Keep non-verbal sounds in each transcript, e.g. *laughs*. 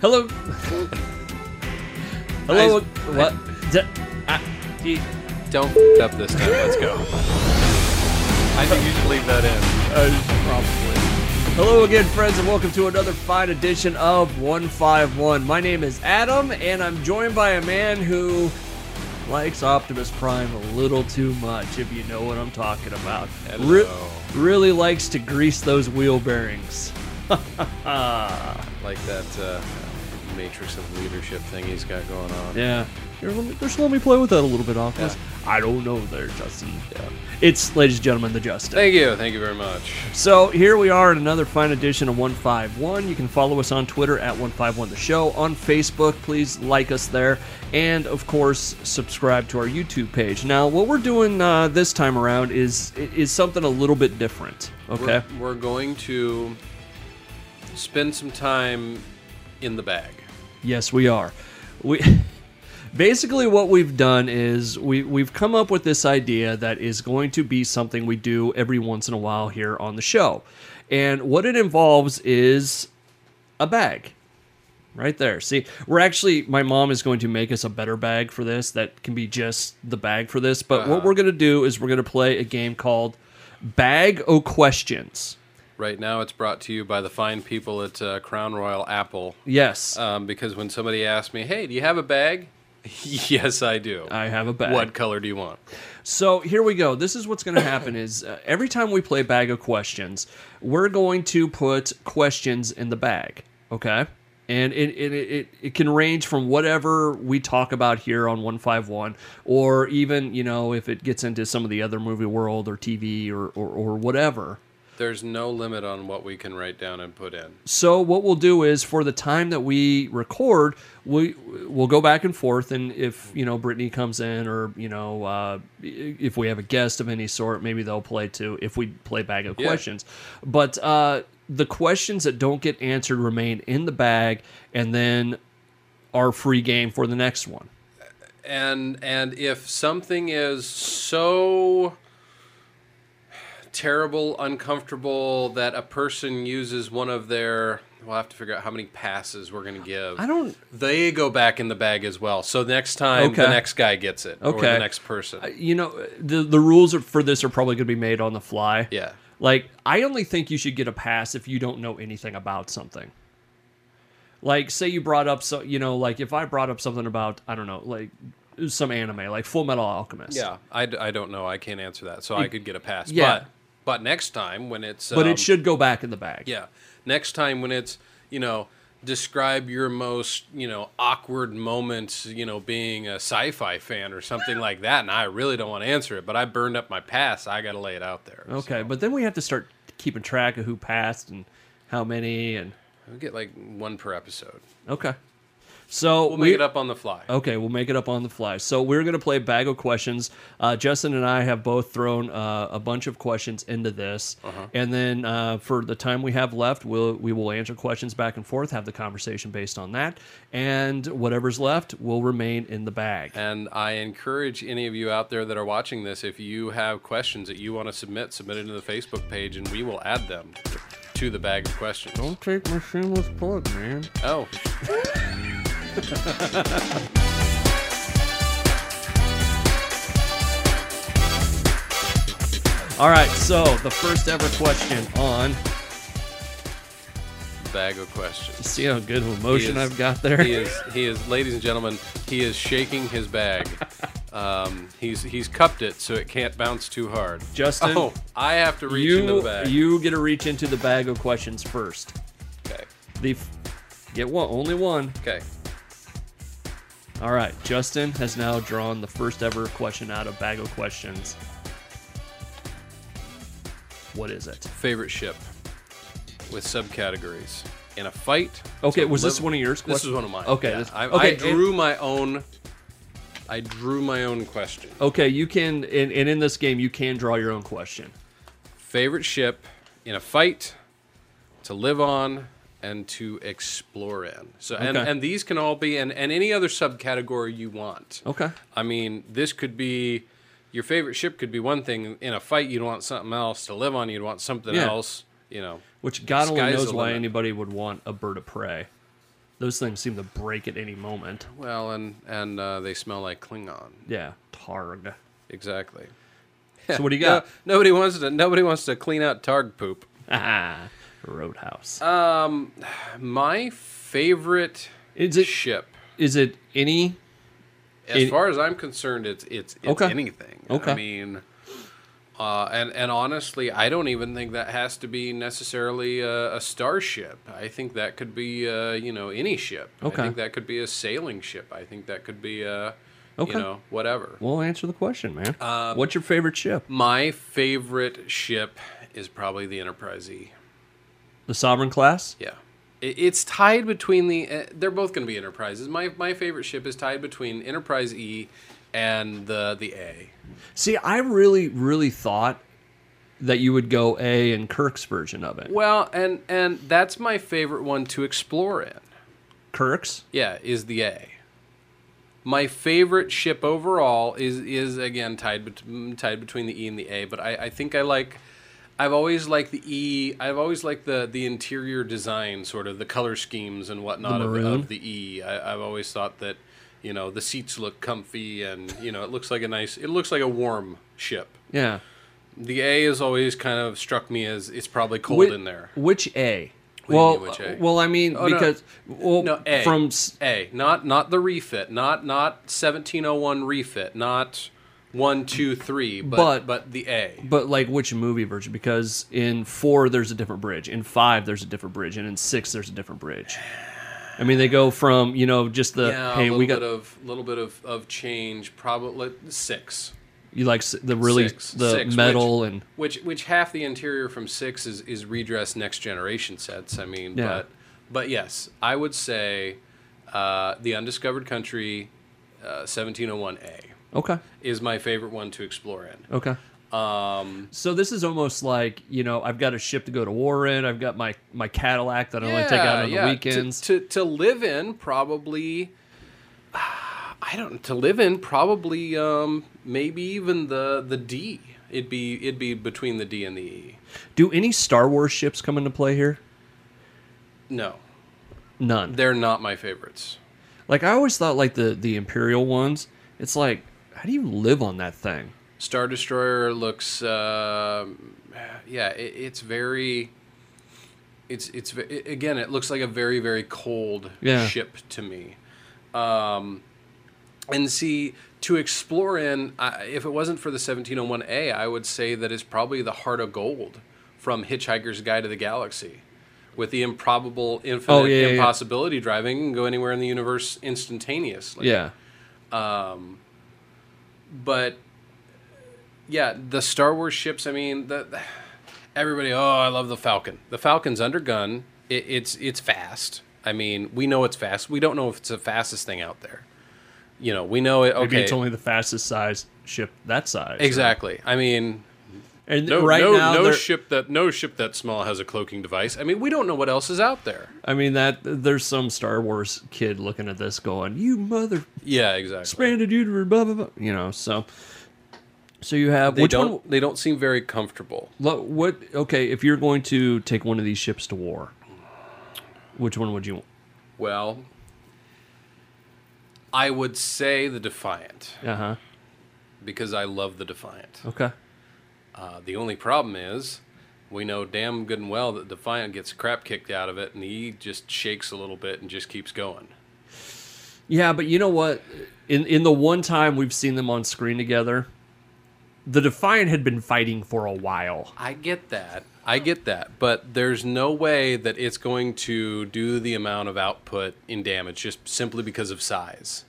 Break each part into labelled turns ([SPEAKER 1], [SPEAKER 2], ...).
[SPEAKER 1] Hello. Hello.
[SPEAKER 2] I-
[SPEAKER 1] what? D- I- he-
[SPEAKER 2] Don't f up this time. Let's go. I think you should leave that in.
[SPEAKER 1] uh, Hello again, friends, and welcome to another fine edition of 151. My name is Adam, and I'm joined by a man who likes Optimus Prime a little too much, if you know what I'm talking about.
[SPEAKER 2] Hello.
[SPEAKER 1] really likes to grease those wheel bearings.
[SPEAKER 2] Like that uh, matrix of leadership thing he's got going on.
[SPEAKER 1] Yeah. Here, let me, just let me play with that a little bit, Optimus. I don't know there, Justin. It's, ladies and gentlemen, the Justin.
[SPEAKER 2] Thank you. Thank you very much.
[SPEAKER 1] So here we are in another fine edition of 151. You can follow us on Twitter at 151 The Show. On Facebook, please like us there. And of course, subscribe to our YouTube page. Now, what we're doing uh, this time around is is something a little bit different. Okay.
[SPEAKER 2] We're, we're going to spend some time in the bag.
[SPEAKER 1] Yes, we are. We *laughs* basically what we've done is we we've come up with this idea that is going to be something we do every once in a while here on the show. And what it involves is a bag. Right there. See, we're actually my mom is going to make us a better bag for this that can be just the bag for this, but what we're going to do is we're going to play a game called Bag o Questions.
[SPEAKER 2] Right now, it's brought to you by the fine people at uh, Crown Royal Apple.
[SPEAKER 1] Yes.
[SPEAKER 2] Um, because when somebody asks me, "Hey, do you have a bag?" *laughs* yes, I do.
[SPEAKER 1] I have a bag.
[SPEAKER 2] What color do you want?
[SPEAKER 1] So here we go. This is what's going to happen: is uh, every time we play bag of questions, we're going to put questions in the bag. Okay. And it, it, it, it can range from whatever we talk about here on 151, or even, you know, if it gets into some of the other movie world or TV or, or, or whatever.
[SPEAKER 2] There's no limit on what we can write down and put in.
[SPEAKER 1] So what we'll do is for the time that we record, we we'll go back and forth, and if you know Brittany comes in, or you know uh, if we have a guest of any sort, maybe they'll play too. If we play bag of
[SPEAKER 2] Yeah.
[SPEAKER 1] questions, but uh, the questions that don't get answered remain in the bag, and then are free game for the next one.
[SPEAKER 2] and and if something is so terrible uncomfortable that a person uses one of their we'll have to figure out how many passes we're going to give
[SPEAKER 1] I don't.
[SPEAKER 2] they go back in the bag as well so next time the
[SPEAKER 1] Okay.
[SPEAKER 2] next guy gets it or
[SPEAKER 1] Okay.
[SPEAKER 2] the next person
[SPEAKER 1] You know the the rules are- for this are probably going to be made on the fly.
[SPEAKER 2] yeah
[SPEAKER 1] Like, I only think you should get a pass if you don't know anything about something. Like, say you brought up, so you know, like if I brought up something about, I don't know, like some anime, like Full Metal Alchemist.
[SPEAKER 2] yeah I, d- I don't know i can't answer that so i could get a pass
[SPEAKER 1] Yeah.
[SPEAKER 2] but but next time when it's
[SPEAKER 1] But
[SPEAKER 2] um,
[SPEAKER 1] it should go back in the bag.
[SPEAKER 2] Yeah. Next time when it's, you know, describe your most, you know, awkward moments, you know, being a sci fi fan or something like that. And I really don't want to answer it, but I burned up my pass. I got to lay it out there.
[SPEAKER 1] Okay, but then we have to start keeping track of who passed and how many and
[SPEAKER 2] we get like one per episode.
[SPEAKER 1] okay. So
[SPEAKER 2] We'll make it up on the fly.
[SPEAKER 1] Okay, we'll make it up on the fly. So we're gonna play bag of questions. Uh, Justin and I have both thrown uh, a bunch of questions into this,
[SPEAKER 2] Uh-huh.
[SPEAKER 1] and then uh, for the time we have left, we'll we will answer questions back and forth, have the conversation based on that, and whatever's left will remain in the bag.
[SPEAKER 2] And I encourage any of you out there that are watching this, if you have questions that you want to submit, submit it to the Facebook page and we will add them to the bag of questions.
[SPEAKER 1] take my shameless plug, man.
[SPEAKER 2] Oh.
[SPEAKER 1] All right, so the first ever question on.
[SPEAKER 2] Bag of questions.
[SPEAKER 1] See how good of
[SPEAKER 2] He
[SPEAKER 1] emotion
[SPEAKER 2] is-
[SPEAKER 1] I've got there.
[SPEAKER 2] He is, he is, ladies and gentlemen, he is shaking his bag. Um, he's he's cupped it so it can't bounce too hard.
[SPEAKER 1] Justin,
[SPEAKER 2] oh, I have to reach into the
[SPEAKER 1] you
[SPEAKER 2] bag.
[SPEAKER 1] you get to reach into the bag of questions first.
[SPEAKER 2] okay,
[SPEAKER 1] The f- get one, only one.
[SPEAKER 2] okay.
[SPEAKER 1] All right, Justin has now drawn the first ever question out of bag of questions. What is it?
[SPEAKER 2] Favorite ship with subcategories in a fight.
[SPEAKER 1] Okay,
[SPEAKER 2] So
[SPEAKER 1] was this
[SPEAKER 2] live-
[SPEAKER 1] one of yours?
[SPEAKER 2] This is one of mine.
[SPEAKER 1] Okay,
[SPEAKER 2] yeah.
[SPEAKER 1] this-
[SPEAKER 2] I,
[SPEAKER 1] okay,
[SPEAKER 2] I
[SPEAKER 1] and-
[SPEAKER 2] drew my own. I drew my own question.
[SPEAKER 1] Okay, you can, and, and in this game, you can draw your own question.
[SPEAKER 2] Favorite ship in a fight to live on and to explore in. So and,
[SPEAKER 1] Okay.
[SPEAKER 2] and these can all be and, and any other subcategory you want.
[SPEAKER 1] Okay.
[SPEAKER 2] I mean, this could be your favorite ship could be one thing in a fight you'd want something else to live on, you'd want something
[SPEAKER 1] Yeah.
[SPEAKER 2] else, you know.
[SPEAKER 1] Which God only
[SPEAKER 2] Sky's
[SPEAKER 1] knows
[SPEAKER 2] the
[SPEAKER 1] why
[SPEAKER 2] limit.
[SPEAKER 1] anybody would want a bird of prey. Those things seem to break at any moment.
[SPEAKER 2] Well, and and uh, they smell like Klingon.
[SPEAKER 1] Yeah, targ.
[SPEAKER 2] Exactly.
[SPEAKER 1] So what do you
[SPEAKER 2] No-
[SPEAKER 1] got?
[SPEAKER 2] nobody wants to. Nobody wants to clean out targ poop.
[SPEAKER 1] Ah, *laughs* Roadhouse.
[SPEAKER 2] My favorite
[SPEAKER 1] is it
[SPEAKER 2] ship,
[SPEAKER 1] is it any?
[SPEAKER 2] as
[SPEAKER 1] it-
[SPEAKER 2] far as I'm concerned, it's it's, it's
[SPEAKER 1] Okay.
[SPEAKER 2] anything.
[SPEAKER 1] Okay.
[SPEAKER 2] I mean, uh, and and honestly, I don't even think that has to be necessarily a, a starship. I think that could be uh, you know any ship.
[SPEAKER 1] Okay.
[SPEAKER 2] I think that could be a sailing ship. I think that could be a
[SPEAKER 1] Okay.
[SPEAKER 2] you know whatever.
[SPEAKER 1] Well, answer the question, man. What's your favorite ship?
[SPEAKER 2] My favorite ship is probably the Enterprise E.
[SPEAKER 1] The Sovereign class.
[SPEAKER 2] Yeah. It, it's tied between the. Uh, they're both going to be Enterprises. My my favorite ship is tied between Enterprise E and the the A.
[SPEAKER 1] See, I really, really thought that you would go A and Kirk's version of it.
[SPEAKER 2] Well, and and that's my favorite one to explore in.
[SPEAKER 1] Kirk's.
[SPEAKER 2] Yeah, is the A. My favorite ship overall is is again tied bet- mm, tied between the E and the A, but I, I think I like. I've always liked the E. I've always liked the the interior design, sort of the color schemes and whatnot
[SPEAKER 1] The
[SPEAKER 2] of,
[SPEAKER 1] maroon?
[SPEAKER 2] of the E. I, I've always thought that you know the seats look comfy and you know it looks like a nice. It looks like a warm ship.
[SPEAKER 1] Yeah.
[SPEAKER 2] The A has always kind of struck me as it's probably cold
[SPEAKER 1] Which,
[SPEAKER 2] in there.
[SPEAKER 1] Which A?
[SPEAKER 2] do you
[SPEAKER 1] Well,
[SPEAKER 2] mean, which A? Oh,
[SPEAKER 1] well, I mean
[SPEAKER 2] no.
[SPEAKER 1] because well
[SPEAKER 2] No, A.
[SPEAKER 1] from s-
[SPEAKER 2] A, not not the refit, not not 1701 refit, not one two three, but
[SPEAKER 1] But-
[SPEAKER 2] but, the A.
[SPEAKER 1] but like which movie version? Because in four there's a different bridge, in five there's a different bridge, and in six there's a different bridge. I mean they go from you know just the
[SPEAKER 2] Yeah,
[SPEAKER 1] hey
[SPEAKER 2] a little
[SPEAKER 1] we got
[SPEAKER 2] bit of little bit of, of change, probably six,
[SPEAKER 1] you like s- the really
[SPEAKER 2] Six.
[SPEAKER 1] the
[SPEAKER 2] Six,
[SPEAKER 1] metal and
[SPEAKER 2] which which half the interior from six is is redressed next generation sets. I mean,
[SPEAKER 1] Yeah.
[SPEAKER 2] but but yes, I would say uh, the Undiscovered Country, uh, 1701A
[SPEAKER 1] okay
[SPEAKER 2] is my favorite one to explore in.
[SPEAKER 1] okay. Um, so this is almost like you know I've got a ship to go to war in. I've got my my Cadillac that I only take out on the
[SPEAKER 2] To-
[SPEAKER 1] weekends.
[SPEAKER 2] To, to, live in, probably. *sighs* I don't to live in probably um, maybe even the the D. It'd be it'd be between the D and the E.
[SPEAKER 1] Do any Star Wars ships come into play here?
[SPEAKER 2] No,
[SPEAKER 1] None.
[SPEAKER 2] they're not my favorites.
[SPEAKER 1] Like I always thought, like the the Imperial ones. It's like, how do you live on that thing?
[SPEAKER 2] Star Destroyer looks, uh, yeah, it, it's very. It's it's ve- i- again. It looks like a very very cold
[SPEAKER 1] Yeah.
[SPEAKER 2] ship to me, um, and see to explore in. I, if it wasn't for the 1701A, I would say that it's probably the Heart of Gold from Hitchhiker's Guide to the Galaxy, with the improbable, infinite
[SPEAKER 1] Oh, yeah, yeah, yeah.
[SPEAKER 2] impossibility driving and go anywhere in the universe instantaneously
[SPEAKER 1] Yeah,
[SPEAKER 2] but yeah, the Star Wars ships. I mean, the, the- everybody. Oh, I love the Falcon. The Falcon's undergun. It, it's it's fast. I mean, we know it's fast. We don't know if it's the fastest thing out there. You know, we know it. Okay,
[SPEAKER 1] maybe it's only the fastest size ship that size.
[SPEAKER 2] exactly. I mean,
[SPEAKER 1] And
[SPEAKER 2] no,
[SPEAKER 1] right
[SPEAKER 2] no,
[SPEAKER 1] now,
[SPEAKER 2] no
[SPEAKER 1] there-
[SPEAKER 2] ship that no ship that small has a cloaking device. I mean, we don't know what else is out there.
[SPEAKER 1] I mean that there's some Star Wars kid looking at this going, "You mother
[SPEAKER 2] Yeah, exactly.
[SPEAKER 1] expanded universe, blah blah blah." You know, so so you have
[SPEAKER 2] They
[SPEAKER 1] which
[SPEAKER 2] don't.
[SPEAKER 1] one?
[SPEAKER 2] They don't seem very comfortable.
[SPEAKER 1] lo- What? Okay, if you're going to take one of these ships to war, which one would you? want?
[SPEAKER 2] Well, I would say the Defiant
[SPEAKER 1] Uh huh.
[SPEAKER 2] because I love the Defiant.
[SPEAKER 1] Okay.
[SPEAKER 2] Uh, the only problem is, we know damn good and well that Defiant gets the crap kicked out of it, and he just shakes a little bit and just keeps going.
[SPEAKER 1] Yeah, but you know what? In in the one time we've seen them on screen together, the Defiant had been fighting for a while.
[SPEAKER 2] I get that. I get that. But there's no way that it's going to do the amount of output in damage just simply because of size.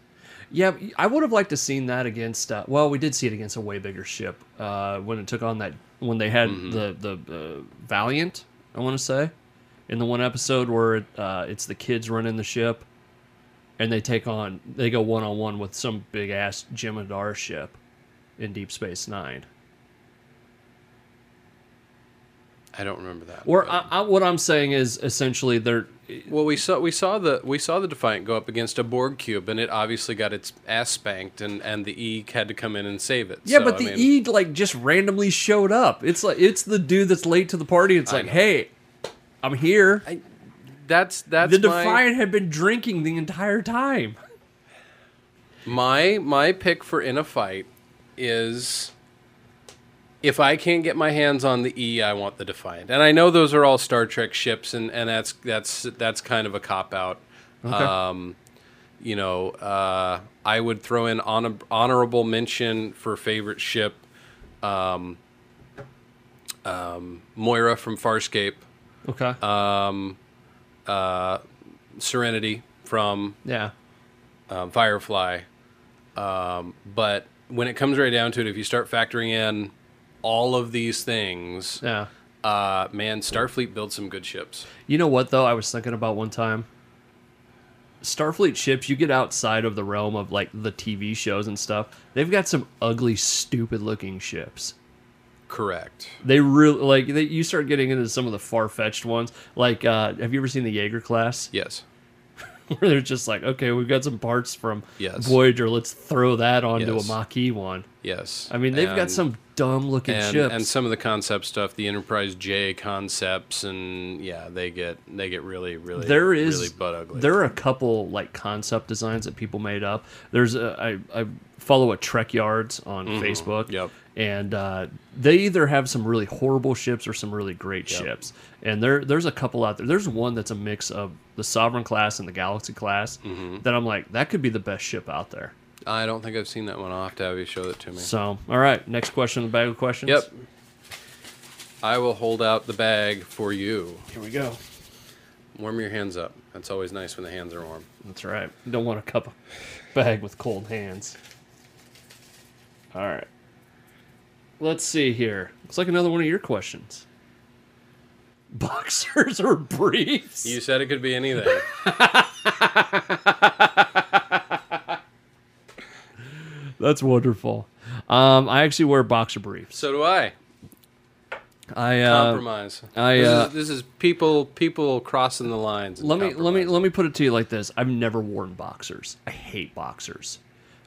[SPEAKER 1] Yeah, I would have liked to seen that against. Uh, well, we did see it against a way bigger ship uh, when it took on that when they had the the uh, Valiant. I want to say in the one episode where uh, it's the kids running the ship, and they take on they go one on one with some big ass Jemadar ship in Deep Space Nine.
[SPEAKER 2] I don't remember that.
[SPEAKER 1] Or
[SPEAKER 2] but-
[SPEAKER 1] I, I, what I'm saying is essentially they're
[SPEAKER 2] well, we saw we saw the we saw the Defiant go up against a Borg cube, and it obviously got its ass spanked, and and the E had to come in and save it.
[SPEAKER 1] Yeah,
[SPEAKER 2] So,
[SPEAKER 1] but
[SPEAKER 2] I
[SPEAKER 1] the E
[SPEAKER 2] mean-
[SPEAKER 1] like just randomly showed up. It's like it's the dude that's late to the party. It's like,
[SPEAKER 2] know.
[SPEAKER 1] hey, I'm here.
[SPEAKER 2] that's that's
[SPEAKER 1] the
[SPEAKER 2] my-
[SPEAKER 1] Defiant had been drinking the entire time.
[SPEAKER 2] My my pick for in a fight is if I can't get my hands on the E, I want the Defiant. And I know those are all Star Trek ships, and, and that's that's that's kind of a cop out. Um, you know, uh, I would throw in honor, honorable mention for favorite ship, um, um, Moira from Farscape,
[SPEAKER 1] Okay.
[SPEAKER 2] uh, Serenity from
[SPEAKER 1] yeah.
[SPEAKER 2] um, Firefly. Um, but when it comes right down to it, if you start factoring in all of these things,
[SPEAKER 1] Yeah.
[SPEAKER 2] uh, man, Starfleet builds some good ships.
[SPEAKER 1] You know what though? I was thinking about one time. Starfleet ships, you get outside of the realm of like the TV shows and stuff. They've got some ugly, stupid looking ships.
[SPEAKER 2] Correct.
[SPEAKER 1] They really like they, you start getting into some of the far fetched ones. Like, uh, have you ever seen the Jaeger class? *laughs*
[SPEAKER 2] Yes.
[SPEAKER 1] Where they're just like, okay, we've got some parts from
[SPEAKER 2] Yes.
[SPEAKER 1] Voyager. Let's throw that onto
[SPEAKER 2] Yes.
[SPEAKER 1] a Maquis one.
[SPEAKER 2] Yes.
[SPEAKER 1] I mean, they've got
[SPEAKER 2] And-
[SPEAKER 1] some dumb looking
[SPEAKER 2] and,
[SPEAKER 1] ships.
[SPEAKER 2] and some of the concept stuff, the Enterprise J concepts, and yeah, they get they get really really
[SPEAKER 1] there is
[SPEAKER 2] really butt ugly.
[SPEAKER 1] there are a couple like concept designs that people made up there's a i, I follow a trek yards on facebook
[SPEAKER 2] Mm-hmm. Yep.
[SPEAKER 1] and uh, they either have some really horrible ships or some really great ships and there there's a couple out there there's one that's a mix of the sovereign class and the galaxy class
[SPEAKER 2] Mm-hmm.
[SPEAKER 1] that i'm like that could be the best ship out there
[SPEAKER 2] I don't think I've seen that one. I'll have to have you show it to me.
[SPEAKER 1] so all right next question in the bag of questions
[SPEAKER 2] Yep. I will hold out the bag for you.
[SPEAKER 1] here we go
[SPEAKER 2] Warm your hands up. That's always nice when the hands are warm.
[SPEAKER 1] That's right. Don't want a cup of bag with cold hands. All right. Let's see here. Looks like another one of your questions. *laughs* Boxers or briefs?
[SPEAKER 2] You said it could be anything.
[SPEAKER 1] That's wonderful. Um, I actually wear boxer briefs.
[SPEAKER 2] *laughs* so do I.
[SPEAKER 1] I uh,
[SPEAKER 2] Compromise.
[SPEAKER 1] I,
[SPEAKER 2] this,
[SPEAKER 1] uh,
[SPEAKER 2] is, this is people people crossing the lines. and
[SPEAKER 1] let me let me
[SPEAKER 2] compromising.
[SPEAKER 1] let me put it to you like this. I've never worn boxers. I hate boxers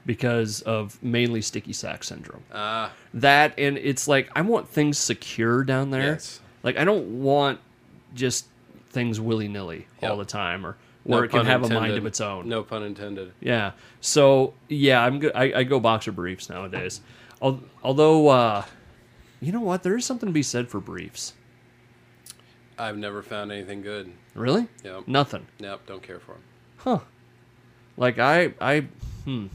[SPEAKER 1] because of mainly sticky sack syndrome.
[SPEAKER 2] Ah,
[SPEAKER 1] that and it's like i want things secure down there
[SPEAKER 2] Yes.
[SPEAKER 1] like i don't want just things willy-nilly all
[SPEAKER 2] Yep.
[SPEAKER 1] the time or
[SPEAKER 2] no
[SPEAKER 1] where it can
[SPEAKER 2] pun
[SPEAKER 1] have a mind
[SPEAKER 2] intended.
[SPEAKER 1] of its own
[SPEAKER 2] No pun intended.
[SPEAKER 1] yeah so yeah i'm good I, I go boxer briefs nowadays Al- although uh you know what there is something to be said for briefs
[SPEAKER 2] I've never found anything good.
[SPEAKER 1] really
[SPEAKER 2] Yep.
[SPEAKER 1] nothing
[SPEAKER 2] Nope. Don't care for them.
[SPEAKER 1] huh like i i hmm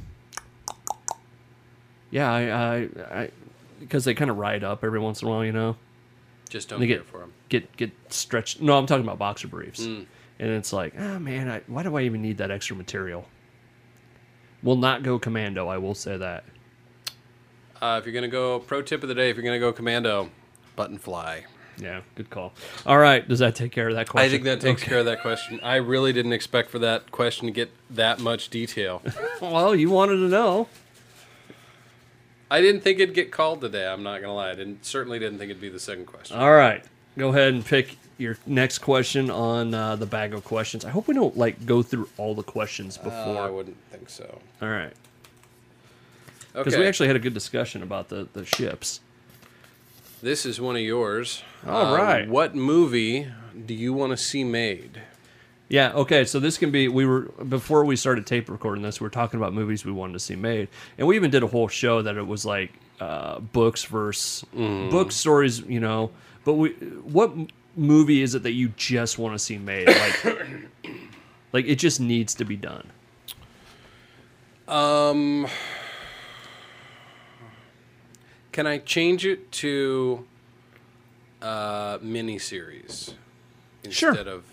[SPEAKER 1] yeah i i i because they kind of ride up every once in a while you know
[SPEAKER 2] Just don't
[SPEAKER 1] They
[SPEAKER 2] care
[SPEAKER 1] get-
[SPEAKER 2] for them.
[SPEAKER 1] get get stretched. No, I'm talking about boxer briefs.
[SPEAKER 2] Mm.
[SPEAKER 1] And it's like, ah, man, I, why do I even need that extra material? Will not go commando. I will say that.
[SPEAKER 2] Uh, if you're gonna go, pro tip of the day: if you're gonna go commando, button fly.
[SPEAKER 1] Yeah, good call. All right, does that take care of that question?
[SPEAKER 2] I think that takes care of that question. I really didn't expect for that question to get that
[SPEAKER 1] *laughs*
[SPEAKER 2] much detail.
[SPEAKER 1] *laughs* Well, you wanted to know.
[SPEAKER 2] I didn't think it'd get called today. I'm not gonna lie. I didn't certainly didn't think it'd be the second question.
[SPEAKER 1] All right, go ahead and pick your next question on uh, the bag of questions. I hope we don't like go through all the questions before.
[SPEAKER 2] Uh, I wouldn't think so.
[SPEAKER 1] all right, because
[SPEAKER 2] Okay.
[SPEAKER 1] we actually had a good discussion about the the ships.
[SPEAKER 2] This is one of yours. Uh,
[SPEAKER 1] All right.
[SPEAKER 2] What movie do you want to see made?
[SPEAKER 1] Yeah, okay, so this can be we were before we started tape recording this, we were talking about movies we wanted to see made. And we even did a whole show that it was like uh, books versus
[SPEAKER 2] Mm.
[SPEAKER 1] book stories, you know. But we what m- movie is it that you just want to see made? Like *coughs* like it just needs to be done.
[SPEAKER 2] Um, can I change it to uh, miniseries instead
[SPEAKER 1] Sure.
[SPEAKER 2] of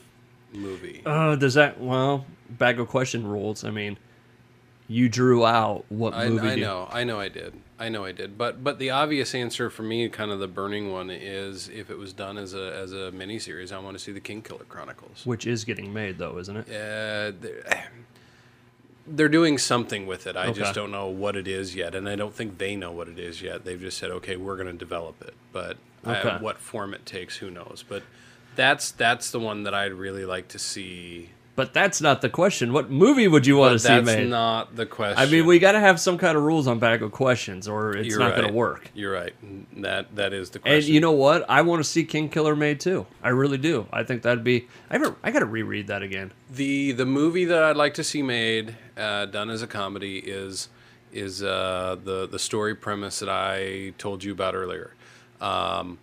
[SPEAKER 2] movie?
[SPEAKER 1] Uh does that well, bag of question rules. I mean, you drew out what
[SPEAKER 2] I,
[SPEAKER 1] movie
[SPEAKER 2] I
[SPEAKER 1] do you-
[SPEAKER 2] know, I know, I did, I know, I did. But but the obvious answer for me, kind of the burning one, is if it was done as a as a miniseries, I want to see the King Killer Chronicles.
[SPEAKER 1] which is getting made though, isn't it?
[SPEAKER 2] Uh, they're, they're doing something with it. I
[SPEAKER 1] Okay.
[SPEAKER 2] just don't know what it is yet, and I don't think they know what it is yet. They've just said, "Okay, we're going to develop it," but uh, I-
[SPEAKER 1] Okay.
[SPEAKER 2] what form it takes, who knows? But that's that's the one that I'd really like to see
[SPEAKER 1] But that's not the question. What movie would you want to
[SPEAKER 2] But
[SPEAKER 1] see
[SPEAKER 2] that's
[SPEAKER 1] made?
[SPEAKER 2] not the question.
[SPEAKER 1] I mean, we got to have some kind of rules on backup questions, or it's
[SPEAKER 2] You're
[SPEAKER 1] not going
[SPEAKER 2] right.
[SPEAKER 1] to work.
[SPEAKER 2] You're right. That that is the question.
[SPEAKER 1] And you know what? I want to see King Killer made too. I really do. I think that'd be. I ever. I got to reread that again.
[SPEAKER 2] the the movie that I'd like to see made, uh, done as a comedy, is is uh, the the story premise that I told you about earlier. Um,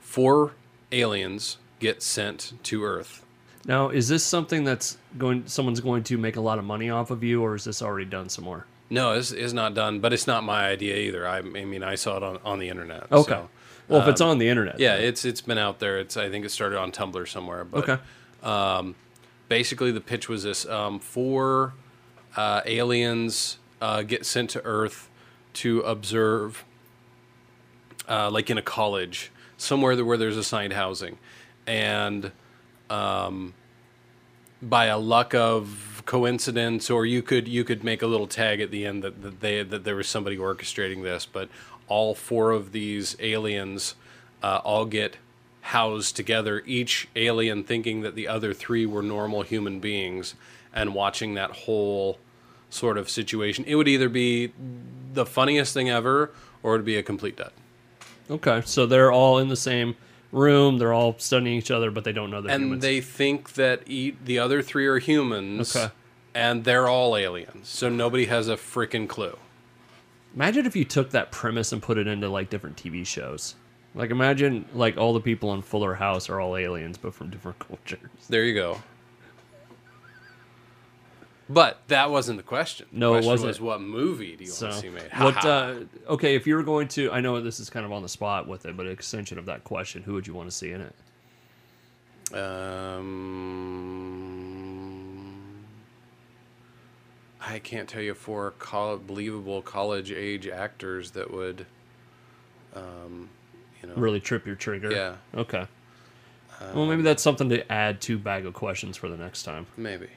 [SPEAKER 2] four aliens get sent to Earth.
[SPEAKER 1] Now, is this something that's going? Someone's going to make a lot of money off of you, or is this already done somewhere?
[SPEAKER 2] No, it's, it's not done, but it's not my idea either. I, I mean, I saw it on, on the internet.
[SPEAKER 1] Okay.
[SPEAKER 2] so,
[SPEAKER 1] well, if it's on the internet,
[SPEAKER 2] Um, yeah, it's it's been out there. It's I think it started on Tumblr somewhere. But
[SPEAKER 1] Okay.
[SPEAKER 2] basically the pitch was this um, four uh, aliens uh, get sent to earth to observe uh, like in a college somewhere that- where there's assigned housing and um, by a luck of coincidence or you could you could make a little tag at the end that, that they that there was somebody orchestrating this but all four of these aliens uh, all get housed together each alien thinking that the other three were normal human beings and watching that whole sort of situation it would either be the funniest thing ever or it would be a complete dud
[SPEAKER 1] Okay. So they're all in the same room. They're all studying each other, but they don't know they're
[SPEAKER 2] and
[SPEAKER 1] humans.
[SPEAKER 2] they think that e- the other three are humans
[SPEAKER 1] Okay.
[SPEAKER 2] and they're all aliens so nobody has a freaking clue
[SPEAKER 1] Imagine if you took that premise and put it into like different TV shows. Like imagine like all the people on Fuller House are all aliens, but from different *laughs* cultures.
[SPEAKER 2] there you go but that wasn't the question The
[SPEAKER 1] No, it
[SPEAKER 2] question
[SPEAKER 1] wasn't.
[SPEAKER 2] was what movie do you
[SPEAKER 1] So
[SPEAKER 2] want to see made
[SPEAKER 1] what?
[SPEAKER 2] Ha-ha.
[SPEAKER 1] Uh, okay, if you were going to, I know this is kind of on the spot with it, but an extension of that question, who would you want to see in it? uh,
[SPEAKER 2] Um, I can't tell you four col- believable college age actors that would, um, you know,
[SPEAKER 1] Really trip your trigger.
[SPEAKER 2] Yeah.
[SPEAKER 1] Okay. well, maybe that's something to add to bag of questions for the next time.
[SPEAKER 2] maybe,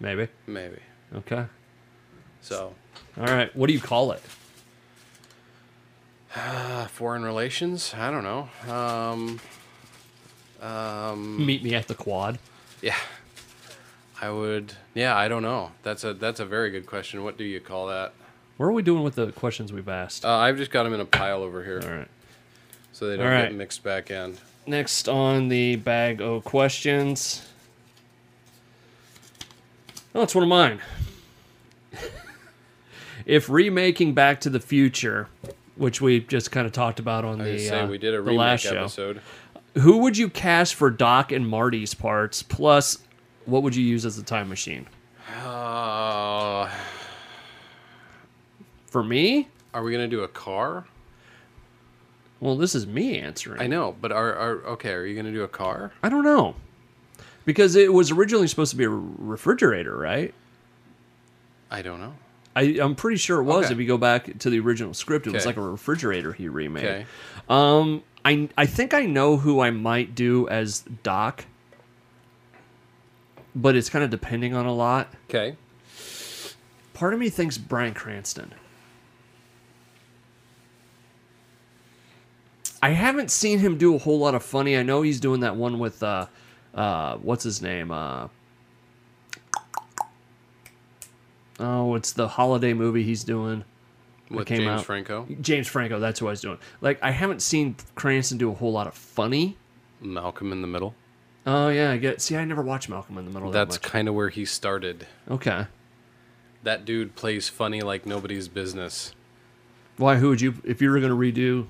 [SPEAKER 1] Maybe.
[SPEAKER 2] maybe.
[SPEAKER 1] Okay.
[SPEAKER 2] So,
[SPEAKER 1] All right. What do you call it?
[SPEAKER 2] uh, foreign relations. I don't know. Um, Hmm.
[SPEAKER 1] Meet me at the quad.
[SPEAKER 2] yeah, I would. Yeah, I don't know. That's a that's a very good question. What do you call that?
[SPEAKER 1] Where are we doing with the questions we've asked?
[SPEAKER 2] Uh, I've just got them in a pile over here,
[SPEAKER 1] All right.
[SPEAKER 2] so they don't
[SPEAKER 1] All right.
[SPEAKER 2] get mixed back in.
[SPEAKER 1] Next on the bag of questions. Oh, it's one of mine. *laughs* if remaking Back to the Future, which we just kind of talked about on
[SPEAKER 2] I was
[SPEAKER 1] the,
[SPEAKER 2] gonna
[SPEAKER 1] uh,
[SPEAKER 2] say we did a
[SPEAKER 1] the last
[SPEAKER 2] remake
[SPEAKER 1] show,
[SPEAKER 2] episode.
[SPEAKER 1] who would you cast for Doc and Marty's parts? Plus, what would you use as a time machine?
[SPEAKER 2] Uh,
[SPEAKER 1] For me,
[SPEAKER 2] are we gonna do a car?
[SPEAKER 1] well, this is me answering.
[SPEAKER 2] I know, but are, are okay? Are you gonna do a car?
[SPEAKER 1] I don't know. Because it was originally supposed to be a refrigerator, right?
[SPEAKER 2] I don't know.
[SPEAKER 1] I, I'm pretty sure it was.
[SPEAKER 2] Okay.
[SPEAKER 1] If you go back to the original script, it was
[SPEAKER 2] Okay.
[SPEAKER 1] like a refrigerator he remade.
[SPEAKER 2] Okay,
[SPEAKER 1] Um, I I think I know who I might do as Doc, but it's kind of depending on a lot.
[SPEAKER 2] okay.
[SPEAKER 1] Part of me thinks Brian Cranston. I haven't seen him do a whole lot of funny. I know he's doing that one with uh, uh, what's his name? Uh, oh, it's the holiday movie he's doing.
[SPEAKER 2] With
[SPEAKER 1] came
[SPEAKER 2] James
[SPEAKER 1] out.
[SPEAKER 2] Franco,
[SPEAKER 1] James Franco, that's who I was doing. Like I haven't seen Cranston do a whole lot of funny.
[SPEAKER 2] Malcolm in the Middle.
[SPEAKER 1] Oh yeah, I get. See, I never watched Malcolm in the Middle.
[SPEAKER 2] That's
[SPEAKER 1] that much.
[SPEAKER 2] kind of where he started.
[SPEAKER 1] okay.
[SPEAKER 2] That dude plays funny like nobody's business.
[SPEAKER 1] Why? Who would you? If you were going to redo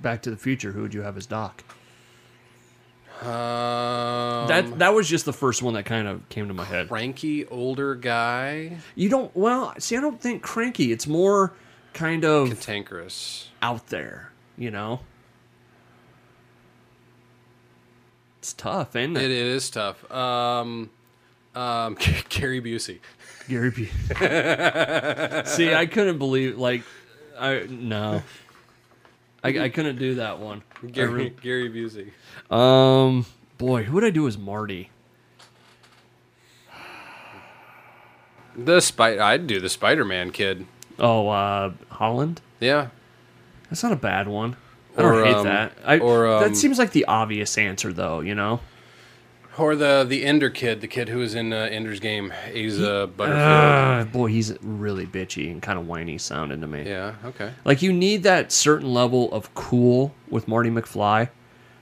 [SPEAKER 1] Back to the Future, who would you have as Doc?
[SPEAKER 2] Um,
[SPEAKER 1] that that was just the first one that kind of came to my head.
[SPEAKER 2] cranky older guy,
[SPEAKER 1] You don't. Well, see, I don't think cranky. It's more kind of
[SPEAKER 2] cantankerous.
[SPEAKER 1] out there. You know. It's tough, ain't
[SPEAKER 2] It,
[SPEAKER 1] it?
[SPEAKER 2] it is tough. Um, um, *laughs* Gary Busey.
[SPEAKER 1] Gary
[SPEAKER 2] *laughs*
[SPEAKER 1] B. See, I couldn't believe like I no. I, I couldn't do that one. I
[SPEAKER 2] *laughs* Gary, Gary Busey.
[SPEAKER 1] re- um boy, who would I do as Marty?
[SPEAKER 2] The spider. I'd do the Spider-Man kid.
[SPEAKER 1] Oh, uh Holland?
[SPEAKER 2] Yeah,
[SPEAKER 1] That's not a bad one. I
[SPEAKER 2] Or,
[SPEAKER 1] don't hate
[SPEAKER 2] um,
[SPEAKER 1] that. I
[SPEAKER 2] or, um,
[SPEAKER 1] that seems like the obvious answer though, you know?
[SPEAKER 2] Or the the Ender kid, the kid who was in uh, Ender's Game, Asa Butterfield.
[SPEAKER 1] Ah, boy, he's really bitchy and kind of whiny sounding to me.
[SPEAKER 2] yeah. Okay.
[SPEAKER 1] Like you need that certain level of cool with Marty McFly,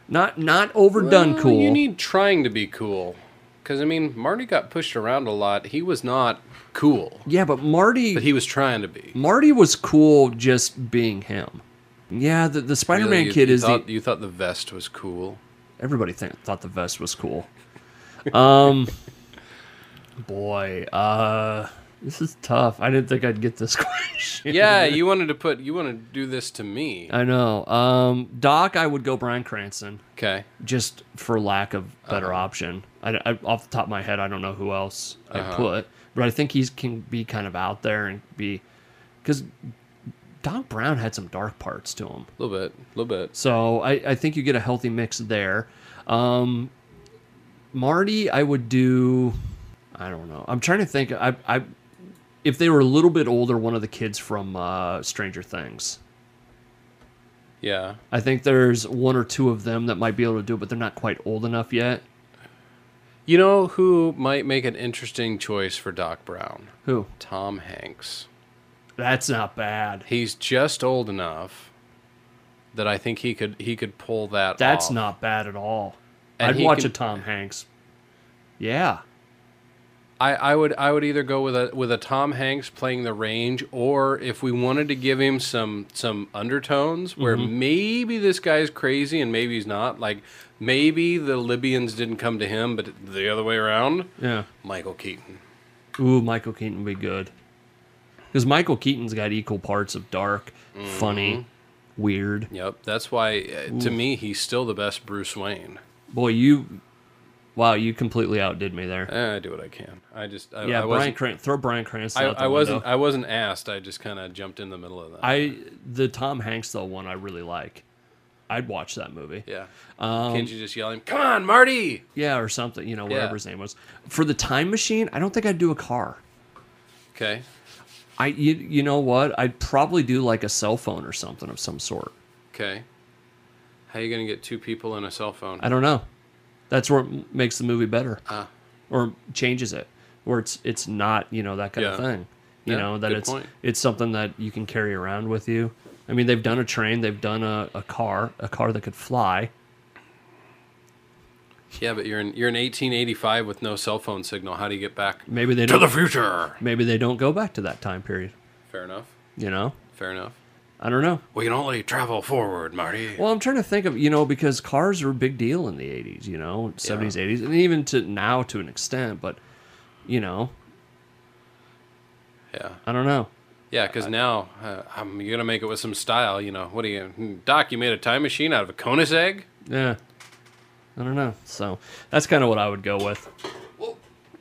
[SPEAKER 1] not not overdone
[SPEAKER 2] Well,
[SPEAKER 1] cool.
[SPEAKER 2] You need trying to be cool, because I mean, Marty got pushed around a lot. He was not cool,
[SPEAKER 1] yeah, but Marty
[SPEAKER 2] but he was trying to be.
[SPEAKER 1] Marty was cool just being him. Yeah, the, the Spider-Man
[SPEAKER 2] Really, you-
[SPEAKER 1] kid
[SPEAKER 2] you
[SPEAKER 1] is
[SPEAKER 2] thought,
[SPEAKER 1] the
[SPEAKER 2] you thought the vest was *laughs* cool.
[SPEAKER 1] everybody th- thought the vest was cool.
[SPEAKER 2] *laughs*
[SPEAKER 1] Um, boy, uh, this is tough. I didn't think I'd get this *laughs* question.
[SPEAKER 2] Yeah, you wanted to put you want to do this to me.
[SPEAKER 1] I know. Um, Doc, I would go Brian Cranston
[SPEAKER 2] Okay.
[SPEAKER 1] just for lack of better
[SPEAKER 2] Uh-huh.
[SPEAKER 1] option. I, I- off the top of my head, I don't know who else
[SPEAKER 2] Uh-huh.
[SPEAKER 1] I put, but I think he can be kind of out there and be because Doc Brown had some dark parts to him.
[SPEAKER 2] A little bit, a little bit.
[SPEAKER 1] So I, I think you get a healthy mix there. Um, Marty, I would do. I don't know. I'm trying to think. I, I, if they were a little bit older, one of the kids from uh, Stranger Things.
[SPEAKER 2] Yeah.
[SPEAKER 1] I think there's one or two of them that might be able to do it, but they're not quite old enough yet.
[SPEAKER 2] You know who might make an interesting choice for Doc Brown?
[SPEAKER 1] Who?
[SPEAKER 2] Tom Hanks.
[SPEAKER 1] That's not bad.
[SPEAKER 2] He's just old enough that I think he could he could pull that
[SPEAKER 1] That's
[SPEAKER 2] off.
[SPEAKER 1] not bad at all.
[SPEAKER 2] Oh. And
[SPEAKER 1] I'd
[SPEAKER 2] he
[SPEAKER 1] watch
[SPEAKER 2] can-
[SPEAKER 1] a Tom Hanks. Yeah.
[SPEAKER 2] I, I would I would either go with a with a Tom Hanks playing the range, or if we wanted to give him some some undertones where
[SPEAKER 1] Mm-hmm.
[SPEAKER 2] maybe this guy's crazy and maybe he's not. Like maybe the Libyans didn't come to him, but the other way around.
[SPEAKER 1] Yeah.
[SPEAKER 2] Michael Keaton.
[SPEAKER 1] Ooh, Michael Keaton would be good. Because Michael Keaton's got equal parts of dark, funny,
[SPEAKER 2] Mm-hmm.
[SPEAKER 1] weird.
[SPEAKER 2] Yep, that's why uh, to me he's still the best Bruce Wayne.
[SPEAKER 1] Boy, you. Wow, you completely outdid me there.
[SPEAKER 2] Eh, I do what I can. I just I,
[SPEAKER 1] yeah,
[SPEAKER 2] I
[SPEAKER 1] Brian
[SPEAKER 2] wasn't
[SPEAKER 1] Cran- throw Brian Cranston
[SPEAKER 2] I,
[SPEAKER 1] out the
[SPEAKER 2] I wasn't
[SPEAKER 1] window.
[SPEAKER 2] I wasn't asked. I just kind of jumped in the middle of that.
[SPEAKER 1] I the Tom Hanks though one I really like. I'd watch that movie.
[SPEAKER 2] yeah.
[SPEAKER 1] Um,
[SPEAKER 2] Can't you just yell at him? Come on, Marty!
[SPEAKER 1] Yeah, or something. You know, whatever
[SPEAKER 2] Yeah.
[SPEAKER 1] his name was. For the time machine, I don't think I'd do a car.
[SPEAKER 2] Okay.
[SPEAKER 1] I you, you know what? I'd probably do like a cell phone or something of some sort.
[SPEAKER 2] Okay. How you gonna get two people and a cell phone?
[SPEAKER 1] I don't know. That's where it makes the movie better,
[SPEAKER 2] Ah.
[SPEAKER 1] or changes it, where it's it's not you know that kind of
[SPEAKER 2] Yeah.
[SPEAKER 1] thing. You
[SPEAKER 2] Yeah,
[SPEAKER 1] know that
[SPEAKER 2] good
[SPEAKER 1] it's
[SPEAKER 2] point.
[SPEAKER 1] it's something that you can carry around with you. I mean, they've done a train, they've done a, a car, a car that could fly.
[SPEAKER 2] Yeah, but you're in you're in 1885 with no cell phone signal. How do you get back
[SPEAKER 1] Maybe they
[SPEAKER 2] to
[SPEAKER 1] don't.
[SPEAKER 2] the future?
[SPEAKER 1] maybe they don't go back to that time period.
[SPEAKER 2] Fair enough.
[SPEAKER 1] You know,
[SPEAKER 2] Fair enough.
[SPEAKER 1] I don't know.
[SPEAKER 2] We can only travel forward, Marty.
[SPEAKER 1] Well, I'm trying to think of you know because cars are a big deal in the '80s, you know, '70s, '80s, and even to now to an extent. But you know,
[SPEAKER 2] Yeah,
[SPEAKER 1] I don't know.
[SPEAKER 2] yeah. Because now uh, I'm you're gonna make it with some style. You know, what do you, hmm, Doc? You made a time machine out of a Conus egg.
[SPEAKER 1] Yeah. I don't know. So that's kind of what I would go with.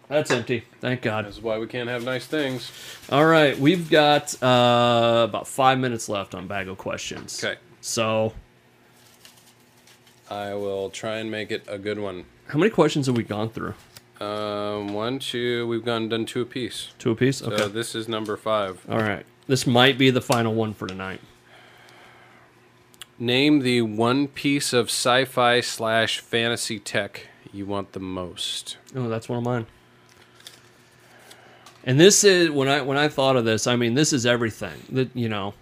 [SPEAKER 1] That's empty. Thank God.
[SPEAKER 2] That's why we can't have nice things.
[SPEAKER 1] All right. We've got uh, about five minutes left on Bag of Questions.
[SPEAKER 2] Okay.
[SPEAKER 1] So,
[SPEAKER 2] I will try and make it a good one.
[SPEAKER 1] how many questions have we gone through?
[SPEAKER 2] Um, one, two. We've gone done two apiece.
[SPEAKER 1] Two apiece?
[SPEAKER 2] So
[SPEAKER 1] Okay.
[SPEAKER 2] this is number five.
[SPEAKER 1] All right. This might be the final one for tonight.
[SPEAKER 2] Name the one piece of sci-fi slash fantasy tech you want the most.
[SPEAKER 1] Oh, that's one of mine. And this is when I when I thought of this, I mean, this is everything that you know.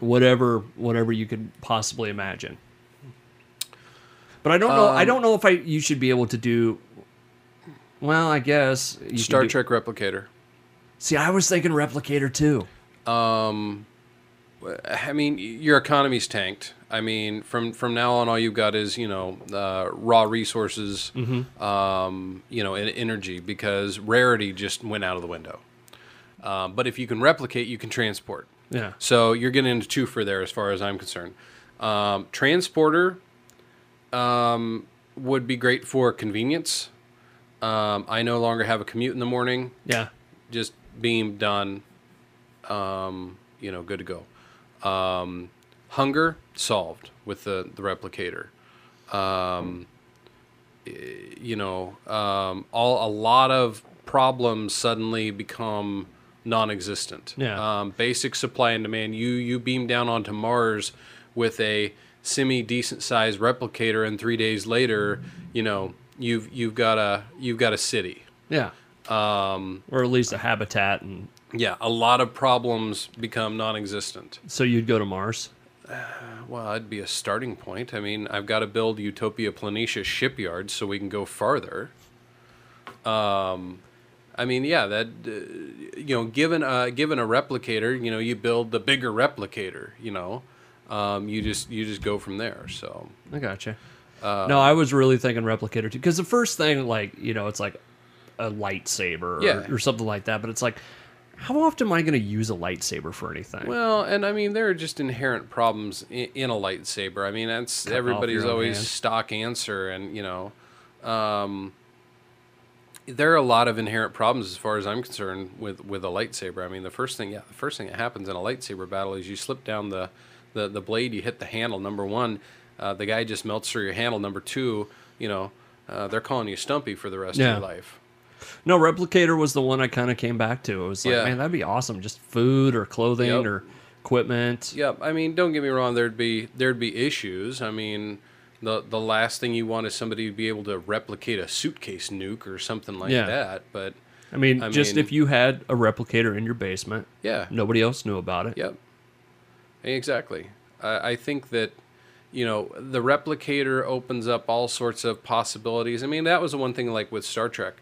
[SPEAKER 1] Whatever, whatever you could possibly imagine. But I don't know. I don't know if I you should be able to do. Well, I guess you can
[SPEAKER 2] Star
[SPEAKER 1] do-
[SPEAKER 2] Trek replicator.
[SPEAKER 1] See, I was thinking replicator too.
[SPEAKER 2] I mean, y- your economy's tanked. I mean, from from now on, all you've got is you know uh, raw resources, um, you know, and energy because rarity just went out of the window. Um, but if you can replicate, you can transport.
[SPEAKER 1] Yeah.
[SPEAKER 2] So you're getting into two for there, as far as I'm concerned. Um, transporter um, would be great for convenience. Um, I no longer have a commute in the morning.
[SPEAKER 1] Yeah.
[SPEAKER 2] Just beam done. Um, you know, good to go. Um, hunger solved with the the replicator. Um, eh, you know, um, all a lot of problems suddenly become non-existent.
[SPEAKER 1] Yeah.
[SPEAKER 2] Um, basic supply and demand. You you beam down onto Mars with a semi decent sized replicator, and three days later, you know, you've you've got a you've got a city.
[SPEAKER 1] Yeah. Um, or at least a habitat, and
[SPEAKER 2] Yeah, a lot of problems become non-existent.
[SPEAKER 1] so you'd go to Mars.
[SPEAKER 2] Well, that'd be a starting point. I mean, I've got to build Utopia Planitia shipyards so we can go farther. Um, I mean, yeah, that uh, you know, given a given a replicator, you know, you build the bigger replicator. You know, um, you just you just go from there. So
[SPEAKER 1] I gotcha. no, I was really thinking replicator too, because the first thing, like you know, it's like a lightsaber or,
[SPEAKER 2] Yeah.
[SPEAKER 1] or something like that. But it's like, how often am I going to use a lightsaber for anything?
[SPEAKER 2] well, and I mean, there are just inherent problems in, in a lightsaber. I mean, that's
[SPEAKER 1] off
[SPEAKER 2] everybody's
[SPEAKER 1] your own
[SPEAKER 2] always
[SPEAKER 1] hand.
[SPEAKER 2] stock answer, and you know. um, there are a lot of inherent problems as far as I'm concerned with with a lightsaber. I mean, the first thing yeah, the first thing that happens in a lightsaber battle is you slip down the the, the blade, you hit the handle. Number one, uh, the guy just melts through your handle. Number two, you know, uh, they're calling you Stumpy for the rest
[SPEAKER 1] Yeah.
[SPEAKER 2] of your life.
[SPEAKER 1] no, replicator was the one I kind of came back to. It was like,
[SPEAKER 2] Yeah.
[SPEAKER 1] man, that'd be awesome. Just food or clothing
[SPEAKER 2] Yep.
[SPEAKER 1] or equipment.
[SPEAKER 2] Yeah, I mean, don't get me wrong. There'd be there'd be issues. I mean, the the last thing you want is somebody to be able to replicate a suitcase nuke or something like
[SPEAKER 1] Yeah.
[SPEAKER 2] that. But
[SPEAKER 1] I mean,
[SPEAKER 2] I
[SPEAKER 1] just
[SPEAKER 2] mean-
[SPEAKER 1] if you had a replicator in your basement,
[SPEAKER 2] yeah,
[SPEAKER 1] nobody else knew about it.
[SPEAKER 2] Yep. Exactly. I, I think that, you know, the replicator opens up all sorts of possibilities. I mean, that was the one thing, like with Star Trek.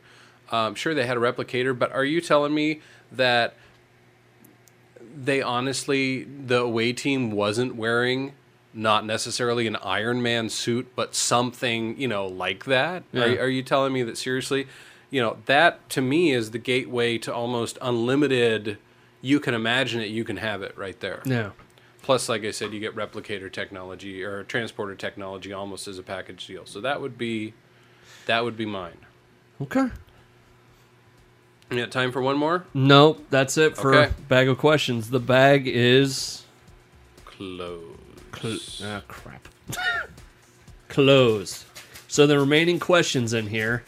[SPEAKER 2] Um, sure, they had a replicator, but are you telling me that they honestly, the away team wasn't wearing not necessarily an Iron Man suit, but something, you know, like that?
[SPEAKER 1] Yeah.
[SPEAKER 2] Are, are you telling me that seriously? You know, that to me is the gateway to almost unlimited. You can imagine it, you can have it right there.
[SPEAKER 1] Yeah.
[SPEAKER 2] Plus, like I said, you get replicator technology or transporter technology almost as a package deal. So that would be, that would be mine.
[SPEAKER 1] Okay.
[SPEAKER 2] You got time for one more?
[SPEAKER 1] Nope. That's it for
[SPEAKER 2] Okay.
[SPEAKER 1] bag of questions. The bag is
[SPEAKER 2] Close.
[SPEAKER 1] Ah, *laughs* crap. Closed. So the remaining questions in here,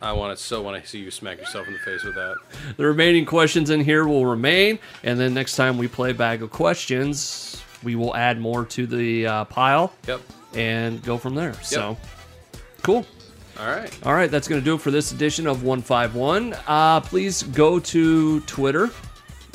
[SPEAKER 2] I want to so want to see you smack yourself in the face with that.
[SPEAKER 1] the remaining questions in here will remain, and then next time we play bag of questions, we will add more to the uh, pile
[SPEAKER 2] Yep.
[SPEAKER 1] and go from there. So, cool.
[SPEAKER 2] All right.
[SPEAKER 1] All right, that's going to do it for this edition of 151. Uh, please go to Twitter.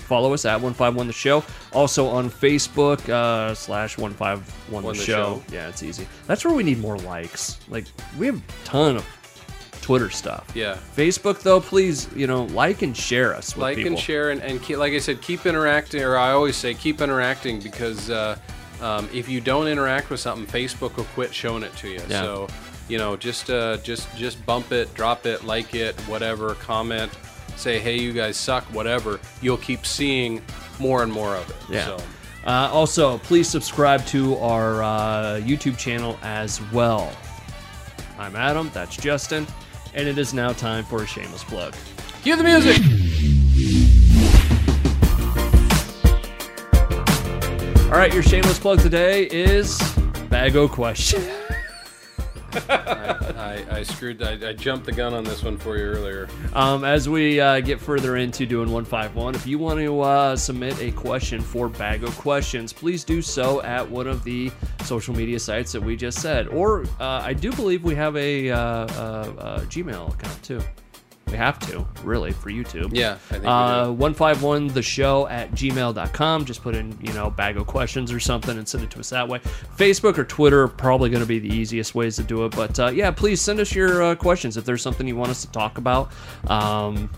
[SPEAKER 1] Follow us at 151 The Show. Also on Facebook uh, slash 151 The
[SPEAKER 2] The
[SPEAKER 1] show.
[SPEAKER 2] Show.
[SPEAKER 1] Yeah, it's easy. That's where we need more likes. Like, we have a ton of Twitter stuff.
[SPEAKER 2] Yeah.
[SPEAKER 1] Facebook, though, please, you know, like and share us with
[SPEAKER 2] like and
[SPEAKER 1] people.
[SPEAKER 2] share and, and keep, like i said keep interacting or i always say keep interacting because uh, um, if you don't interact with something facebook will quit showing it to you
[SPEAKER 1] Yeah.
[SPEAKER 2] so you know just uh, just just bump it drop it like it whatever comment say hey you guys suck whatever you'll keep seeing more and more of it
[SPEAKER 1] Yeah.
[SPEAKER 2] so
[SPEAKER 1] Uh, also, please subscribe to our uh, YouTube channel as well. I'm Adam, that's Justin, and it is now time for a shameless plug.
[SPEAKER 2] cue the music
[SPEAKER 1] All right, your shameless plug today is Bago question.
[SPEAKER 2] I, I screwed I, I jumped the gun on this one for you earlier
[SPEAKER 1] Um, as we uh, get further into doing 151, if you want to uh, submit a question for Bago questions, please do so at one of the social media sites that we just said. Or uh, I do believe we have a, uh, uh, uh, Gmail account too. We have to, really, for YouTube.
[SPEAKER 2] yeah i think we
[SPEAKER 1] Uh,
[SPEAKER 2] did.
[SPEAKER 1] 151 the show at gmail.com just put in you know bag of questions or something and send it to us that way facebook or twitter are probably going to be the easiest ways to do it but uh, yeah please send us your uh, questions if there's something you want us to talk about um,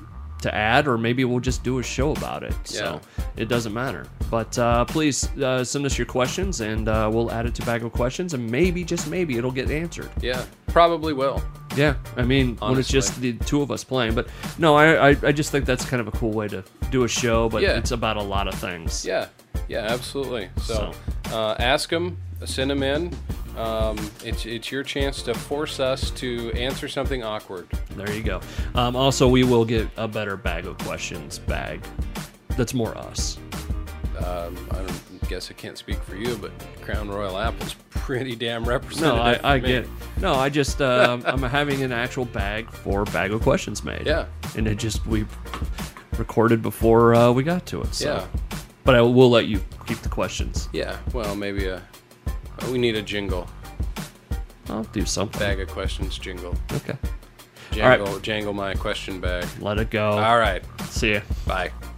[SPEAKER 1] to add or maybe we'll just do a show about it so it doesn't matter but uh, please uh, send us your questions and uh, we'll add it to bag of questions and maybe just maybe it'll get answered
[SPEAKER 2] yeah probably will
[SPEAKER 1] yeah, I mean, when it's just the two of us playing, but no, I, I I just think that's kind of a cool way to do a show, but
[SPEAKER 2] Yeah.
[SPEAKER 1] it's about a lot of things.
[SPEAKER 2] Yeah, yeah, absolutely. So, Uh, ask them, send them in. Um, it's it's your chance to force us to answer something awkward.
[SPEAKER 1] There you go. Um, also, we will get a better bag of questions bag. That's more us.
[SPEAKER 2] Um, I don't, guess I can't speak for you, but Crown Royal Apple's *laughs* pretty damn
[SPEAKER 1] No,
[SPEAKER 2] *laughs* representative. for
[SPEAKER 1] I, I
[SPEAKER 2] me.
[SPEAKER 1] get. It. No, I just
[SPEAKER 2] *laughs*
[SPEAKER 1] um, I'm having an actual bag for bag of questions made.
[SPEAKER 2] Yeah.
[SPEAKER 1] and it just we recorded before uh, we got to it. So.
[SPEAKER 2] Yeah,
[SPEAKER 1] but I will let you keep the questions.
[SPEAKER 2] uh, yeah. Well, maybe a. We need a jingle.
[SPEAKER 1] I'll do something.
[SPEAKER 2] Bag of questions jingle.
[SPEAKER 1] Okay.
[SPEAKER 2] Jangle,
[SPEAKER 1] right.
[SPEAKER 2] jangle my question bag.
[SPEAKER 1] Let it go.
[SPEAKER 2] All right.
[SPEAKER 1] See ya.
[SPEAKER 2] Bye.